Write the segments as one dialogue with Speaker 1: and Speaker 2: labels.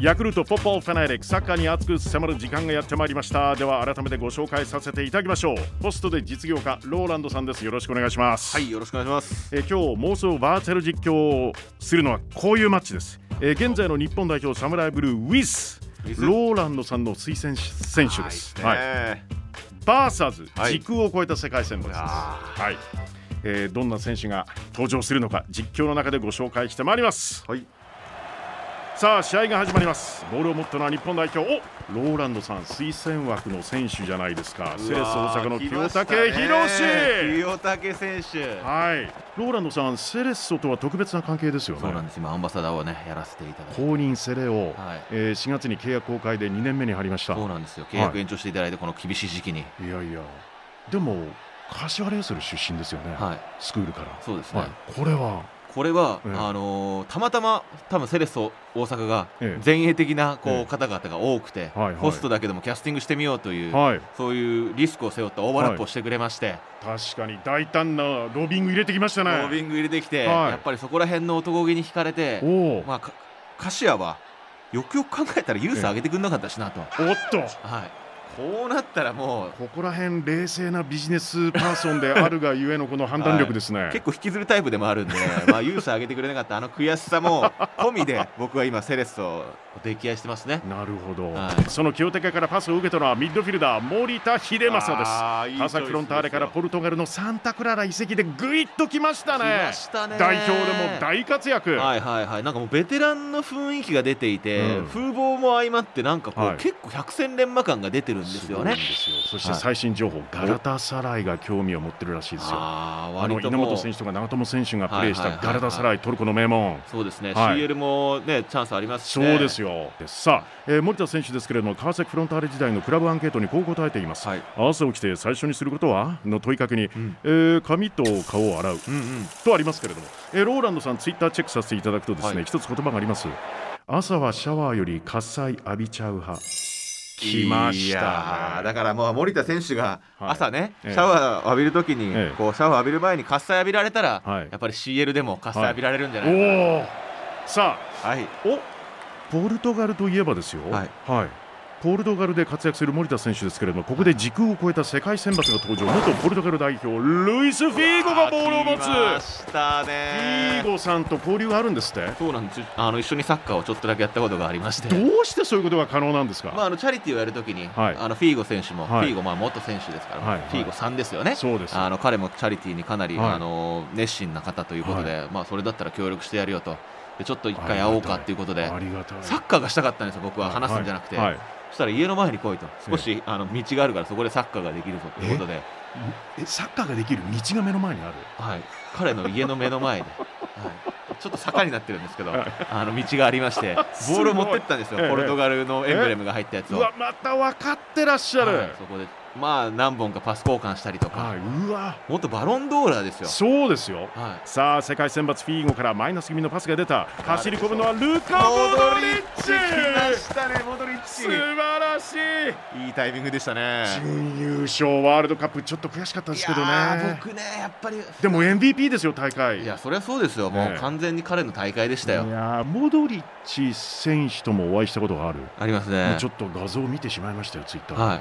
Speaker 1: ヤクルトポッポフェナイレックサッカーに熱く迫る時間がやってまいりましたでは改めてご紹介させていただきましょうホストで実業家ローランドさんですよろしくお願いします
Speaker 2: はいよろしくお願いします
Speaker 1: えー今日妄想バーチャル実況をするのはこういうマッチです、えー現在の日本代表サムライブルーウィス
Speaker 2: ウィス
Speaker 1: ローランドさんの推薦選手です、
Speaker 2: は
Speaker 1: はいい
Speaker 2: ね
Speaker 1: バーサーズ
Speaker 2: はい
Speaker 1: 時空を超えた世界戦です、は
Speaker 2: あ
Speaker 1: いえーどんな選手が登場するのか実況の中でご紹介してまいります
Speaker 2: ーはい
Speaker 1: さあ試合が始まりますボールを持ったのは日本代表おローランドさん推薦枠の選手じゃないですかセレス大阪の清武博
Speaker 2: 士清武選手
Speaker 1: はい、ローランドさん、セレッソとは特別な関係ですよね。
Speaker 2: そうなんです今アンバサダーをねやらせていただいて
Speaker 1: 公認セレを、
Speaker 2: はい
Speaker 1: えー4月に契約公開で2年目に入りました。い
Speaker 2: そうなんですよ契約延長していただいてこの厳しい時期に
Speaker 1: やいや、でも柏レイソル出身ですよね、
Speaker 2: はい
Speaker 1: スクールから。
Speaker 2: そうですね
Speaker 1: はい、これは、
Speaker 2: これは
Speaker 1: ええ
Speaker 2: あのーたまたま多分セレッソ大阪が
Speaker 1: ええ
Speaker 2: 前衛的なこ
Speaker 1: ええ
Speaker 2: う方々が多くて
Speaker 1: はいはい
Speaker 2: ホストだけでもキャスティングしてみようという
Speaker 1: はい、
Speaker 2: そういうリスクを背負ったオーバーラップをしてくれまして
Speaker 1: 確かに大胆なロビング入れてきました
Speaker 2: ロ
Speaker 1: ね。
Speaker 2: ービング入れてき
Speaker 1: は
Speaker 2: て
Speaker 1: い
Speaker 2: やっぱりそこら辺の男気に惹かれて
Speaker 1: おお、
Speaker 2: まあ、かカシアはよくよく考えたらユース上げてくれなかったしなと、
Speaker 1: おっと、
Speaker 2: はい、こうなったらもう
Speaker 1: ここら辺冷静なビジネスパーソンであるがゆえのこの判断力ですね。
Speaker 2: 結構引きずるタイプでもあるんで、まあ、ユース上げてくれなかったあの悔しさも込みで僕は今セレッソを溺愛してますね。
Speaker 1: なるほど、
Speaker 2: はい
Speaker 1: その清武からパスを受けたのはミッドフィルダー森田秀政です
Speaker 2: あーいいチョイスですよ
Speaker 1: パサフロンターレからポルトガルのサンタクララ移籍でぐいっときましたね
Speaker 2: 来ましたね
Speaker 1: 代表でも大活躍、
Speaker 2: はいはいはい、なんかもうベテランの雰囲気が出ていて、
Speaker 1: うん
Speaker 2: 風貌も相まってなんかこう、
Speaker 1: はい
Speaker 2: 結構百戦錬磨感が出てるんですよ
Speaker 1: ごいん
Speaker 2: ね
Speaker 1: で。すよそして最新情報、ガラタサライが興味を持ってるらしいですよあ
Speaker 2: あー
Speaker 1: の
Speaker 2: 割と
Speaker 1: 稲
Speaker 2: もう
Speaker 1: 本選手とか長友選手がプレーした
Speaker 2: はいはいはいは
Speaker 1: ガ
Speaker 2: い
Speaker 1: ラタサライトルコの名門
Speaker 2: そうですね、
Speaker 1: はい
Speaker 2: CL もねチャンスありますし、
Speaker 1: そ
Speaker 2: ね、
Speaker 1: うですよ、でさあ、えー森田選手ですけれども川崎フロンターレ時代のクラブアンケートにこう答えています、
Speaker 2: はい
Speaker 1: 朝起きて最初にすることはの問いかけに、
Speaker 2: ん
Speaker 1: えー髪と顔を洗う
Speaker 2: うんうん、
Speaker 1: とありますけれども、えーローランドさん、ツイッターチェックさせていただくと、ですね、
Speaker 2: はい
Speaker 1: 一つ言葉があります。朝はシャワーより喝采浴びちゃう派。来ました
Speaker 2: いやーだからもう森田選手が
Speaker 1: はい
Speaker 2: 朝ね、
Speaker 1: ええ
Speaker 2: シャワーを浴びるときに、
Speaker 1: ええ
Speaker 2: こうシャワー浴びる前に喝采浴びられたら、
Speaker 1: はい
Speaker 2: やっぱり CL でも喝
Speaker 1: は
Speaker 2: 采
Speaker 1: い
Speaker 2: 浴びられるんじゃ
Speaker 1: お
Speaker 2: ないかな、はい
Speaker 1: おー。さあ、お。ポルトガルといえばですよ。
Speaker 2: はい
Speaker 1: ポルトガルで活躍する森田選手ですけれども、ここで時空を超えた世界選抜が登場。元ポルトガル代表ルイスフィーゴがボールを持つ。フ
Speaker 2: 来ましたね
Speaker 1: ィーゴさんと交流があるんですって。
Speaker 2: そうなんですよあの一緒にサッカーをちょっとだけやったことがありまして
Speaker 1: どうしてそういうことが可能なんですか。
Speaker 2: まあ、あのチャリティーをやるときに、
Speaker 1: はい
Speaker 2: あのフィーゴ選手も、
Speaker 1: はい
Speaker 2: フィーゴまあ元選手ですから、
Speaker 1: はいはい
Speaker 2: フィーゴさんですよね、
Speaker 1: そうです
Speaker 2: あの彼もチャリティーにかなり、
Speaker 1: はい
Speaker 2: あの熱心な方ということで、まあ、それだったら協力してやるよと、でちょっと一回会おうかということで
Speaker 1: あ、りがたい。
Speaker 2: サッカーがしたかったんですよ、僕は話すんじゃなくて、
Speaker 1: はいはい
Speaker 2: そしたら家の前に来いと、少しあの道があるからそこでサッカーができるぞということで、
Speaker 1: えサッカーができる道が目の前にある。
Speaker 2: はい、彼の家の目の前で、はい、ちょっと坂になってるんですけど、あの道があり まして、
Speaker 1: すご
Speaker 2: ボ
Speaker 1: い
Speaker 2: ールを持ってったんですよ
Speaker 1: ええ、
Speaker 2: ポルトガルのエンブレムが入ったやつ
Speaker 1: う
Speaker 2: を。
Speaker 1: わまた分かってらっしゃる、
Speaker 2: はいそこで、まあ、何本かパス交換したりと
Speaker 1: は
Speaker 2: か、
Speaker 1: い、うわ
Speaker 2: もっとバロンドーラーですよ。
Speaker 1: そうですよ
Speaker 2: はい
Speaker 1: さあ世界選抜フィーゴからマイナス気味のパスが出た走り込むのはルカ・モドリッチ
Speaker 2: したね、モドリッ
Speaker 1: 素晴らしい
Speaker 2: いいタイミングでしたね。
Speaker 1: 準優勝ワールドカップちょっと悔しかったですけど
Speaker 2: いやー
Speaker 1: ね
Speaker 2: 僕ね、やっぱり
Speaker 1: でも MVP ですよ大会
Speaker 2: いや、それはそうですよ、も
Speaker 1: ええ
Speaker 2: う完全に彼の大会でしたよ
Speaker 1: い。やーモドリッチ選手ともお会いしたことがある、
Speaker 2: ありますね。
Speaker 1: ちょっと画像を見てしまいましたよツイッター、
Speaker 2: はい、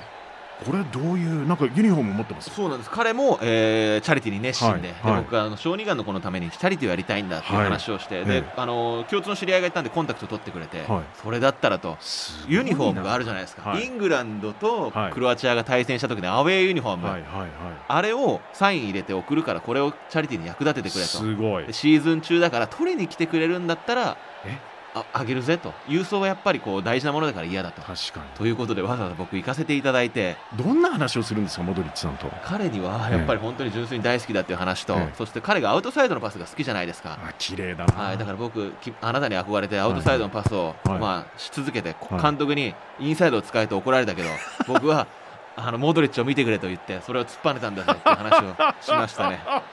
Speaker 1: これどういうなんかユニフォーム持ってます
Speaker 2: そうなんです彼も、えーチャリティーに熱心で,、
Speaker 1: はいはい
Speaker 2: で僕はあの小児がんの子のためにチャリティーをやりたいんだっていう話をして、
Speaker 1: はい
Speaker 2: で
Speaker 1: ええ
Speaker 2: あの共通の知り合いがいたんでコンタクト取ってくれて、
Speaker 1: はい
Speaker 2: それだったらと
Speaker 1: すごいな
Speaker 2: ユニフォームがあるじゃないですか、
Speaker 1: はい
Speaker 2: イングランドと
Speaker 1: はい
Speaker 2: クロアチアが対戦した時のアウェーユニフォーム、
Speaker 1: はいはいは
Speaker 2: あれをサイン入れて送るからこれをチャリティーに役立てて
Speaker 1: い
Speaker 2: くれと
Speaker 1: すごい
Speaker 2: でシーズン中だから取りに来てくれるんだったら
Speaker 1: え
Speaker 2: ああげるぜと郵送はやっぱりこう大事なものだから嫌だと。
Speaker 1: 確かに
Speaker 2: ということでわざわざ僕行かせていただいて
Speaker 1: どんな話をするんですか、モドリッチさんと。
Speaker 2: 彼にはやっぱり本当に純粋に大好きだっていう話と、
Speaker 1: ええ
Speaker 2: そして彼がアウトサイドのパスが好きじゃないですか、
Speaker 1: あ、綺麗だな。
Speaker 2: はい、だから僕きあなたに憧れてアウトサイドのパスを、
Speaker 1: はい
Speaker 2: まあ、し続けて、こ
Speaker 1: はい
Speaker 2: 監督にインサイドを使えと怒られたけど僕はあのモドリッチを見てくれと言ってそれを突っぱねたんだぜっていう話をしましたね、は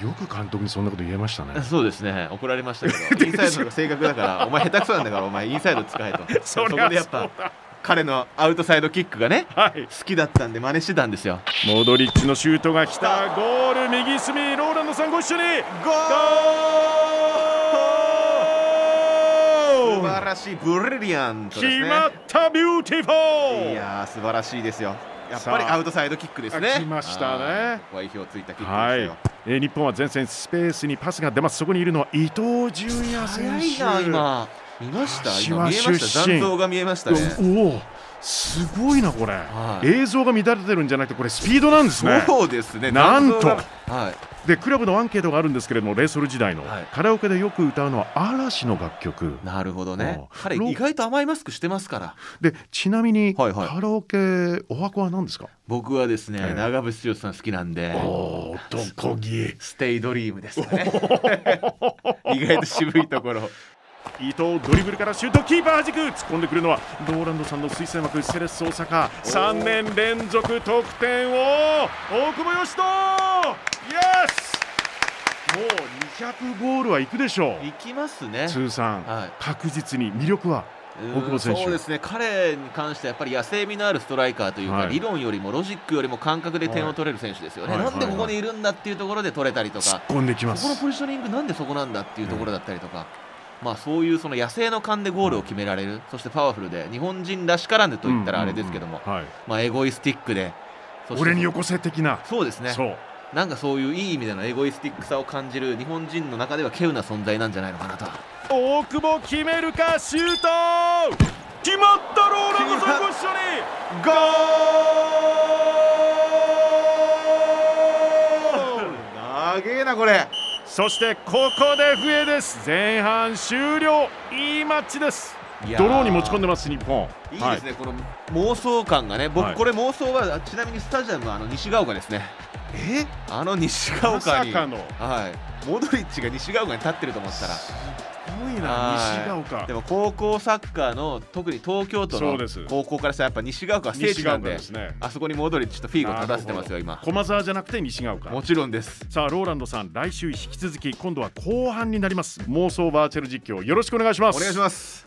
Speaker 2: い、。
Speaker 1: よく監督にそんなこと言えましたね
Speaker 2: そうですね怒られましたけ どインサイドのが正確だからお前下手くそなんだからお前インサイド使えと
Speaker 1: そり
Speaker 2: こ
Speaker 1: ゃ
Speaker 2: でやっ
Speaker 1: そ
Speaker 2: ぱ
Speaker 1: うだ
Speaker 2: 彼のアウトサイドキックがね
Speaker 1: はい、
Speaker 2: 好きだったんで真似してたんですよ
Speaker 1: モドリッチのシュートが来た、ゴール右隅、ローランドさんご一緒に。
Speaker 2: ゴー
Speaker 1: ゴー
Speaker 2: 素晴はい
Speaker 3: らしいブリリアント
Speaker 1: 決
Speaker 3: ですね
Speaker 1: まったビューティフォー
Speaker 3: いやー素晴らしいですよやっぱり
Speaker 1: さあ
Speaker 3: アウトサイドキックですね
Speaker 1: あ来ましたね
Speaker 3: あーここは意表をついたキック
Speaker 1: は
Speaker 3: です
Speaker 1: い
Speaker 3: よ、
Speaker 1: えー日本は前線スペースにパスが出ますそこにいるのは伊東純也選
Speaker 2: 早
Speaker 1: 手
Speaker 2: いな今見ました今見えま
Speaker 1: 柏
Speaker 2: した
Speaker 1: 出身
Speaker 2: 残像が見えましたね
Speaker 1: おおすごいなこれ、
Speaker 2: はい
Speaker 1: 映像が乱れてるんじゃなくてこれスピードなんですね
Speaker 3: そうですね
Speaker 1: なんと
Speaker 3: 残像が
Speaker 2: はい
Speaker 1: でクラブのアンケートがあるんですけれどもレイソル時代の、
Speaker 2: はい
Speaker 1: カラオケでよく歌うのは嵐の楽曲
Speaker 2: なるほどね
Speaker 1: あー
Speaker 2: 彼
Speaker 1: ロ
Speaker 2: 意外と甘いマスクしてますから
Speaker 1: でちなみに、
Speaker 2: はいはい
Speaker 1: カラオケお箱は何ですか
Speaker 2: 僕はですね、
Speaker 1: ええ
Speaker 2: 長渕剛さん好きなんで
Speaker 1: お男気
Speaker 2: ステイドリームですかね 意外と渋いところ
Speaker 1: 伊藤ドリブルからシュートキーパー弾く突っ込んでくるのはローランドさんの推薦枠セレッソ大阪3年連続得点を大久保嘉人イエスもう200ゴールはいくでしょ
Speaker 2: いうきますね
Speaker 1: 通算、
Speaker 2: はい
Speaker 1: 確実に魅力は
Speaker 2: うん
Speaker 1: 大久保選手
Speaker 2: そうですね彼に関してはやっぱり野生味のあるストライカーというか、
Speaker 1: はい
Speaker 2: 理論よりもロジックよりも感覚で点を取れる選手ですよね、
Speaker 1: はいはい
Speaker 2: なんでここにいるんだっていうところで取れたりと
Speaker 1: 突っ
Speaker 2: か、
Speaker 1: 込んできま
Speaker 2: そこの
Speaker 1: す
Speaker 2: ポジショニングなんでそこなんだっていうところだったりとか、まあ、そういうその野生の勘でゴールを決められる、そしてパワフルで日本人らしからぬと言ったらあれですけども、
Speaker 1: うんうんうんはい
Speaker 2: まあ、エゴイスティックでそして
Speaker 1: 俺によこせ的な、
Speaker 2: そうですね
Speaker 1: そう
Speaker 2: なんかそういういい意味でのエゴイスティックさを感じる日本人の中では稀有な存在なんじゃないのかなと
Speaker 1: 大久保決めるかシュート決まったローランドさんご一緒に
Speaker 3: 長えなこれ
Speaker 1: そしてここで笛です前半終了いいマッチです
Speaker 2: いやー
Speaker 1: ドローに持ち込んでます日本
Speaker 2: いいですね、この妄想感がね、僕、
Speaker 1: はい
Speaker 2: これ妄想はちなみにスタジアムはあの西が丘ですね、
Speaker 3: え
Speaker 2: あの西が丘に、
Speaker 1: まさかの
Speaker 2: はい、モドリッチが西が丘に立ってると思ったら、
Speaker 1: はい、すごいな
Speaker 2: はい
Speaker 1: 西が丘
Speaker 2: でも高校サッカーの、特に東京都
Speaker 1: そう
Speaker 2: の
Speaker 1: です
Speaker 2: 高校からしたら、やっぱ西が丘は聖地なんで、
Speaker 1: 西が丘ですね
Speaker 2: あそこにモドリッチとフィーゴを立たせてますよ、今。
Speaker 1: 駒沢じゃなくて西が丘
Speaker 2: もちろんです。
Speaker 1: さあローランドさん来週引き続き今度は後半になります妄想バーチャル実況よろしくお願いします
Speaker 3: お願いします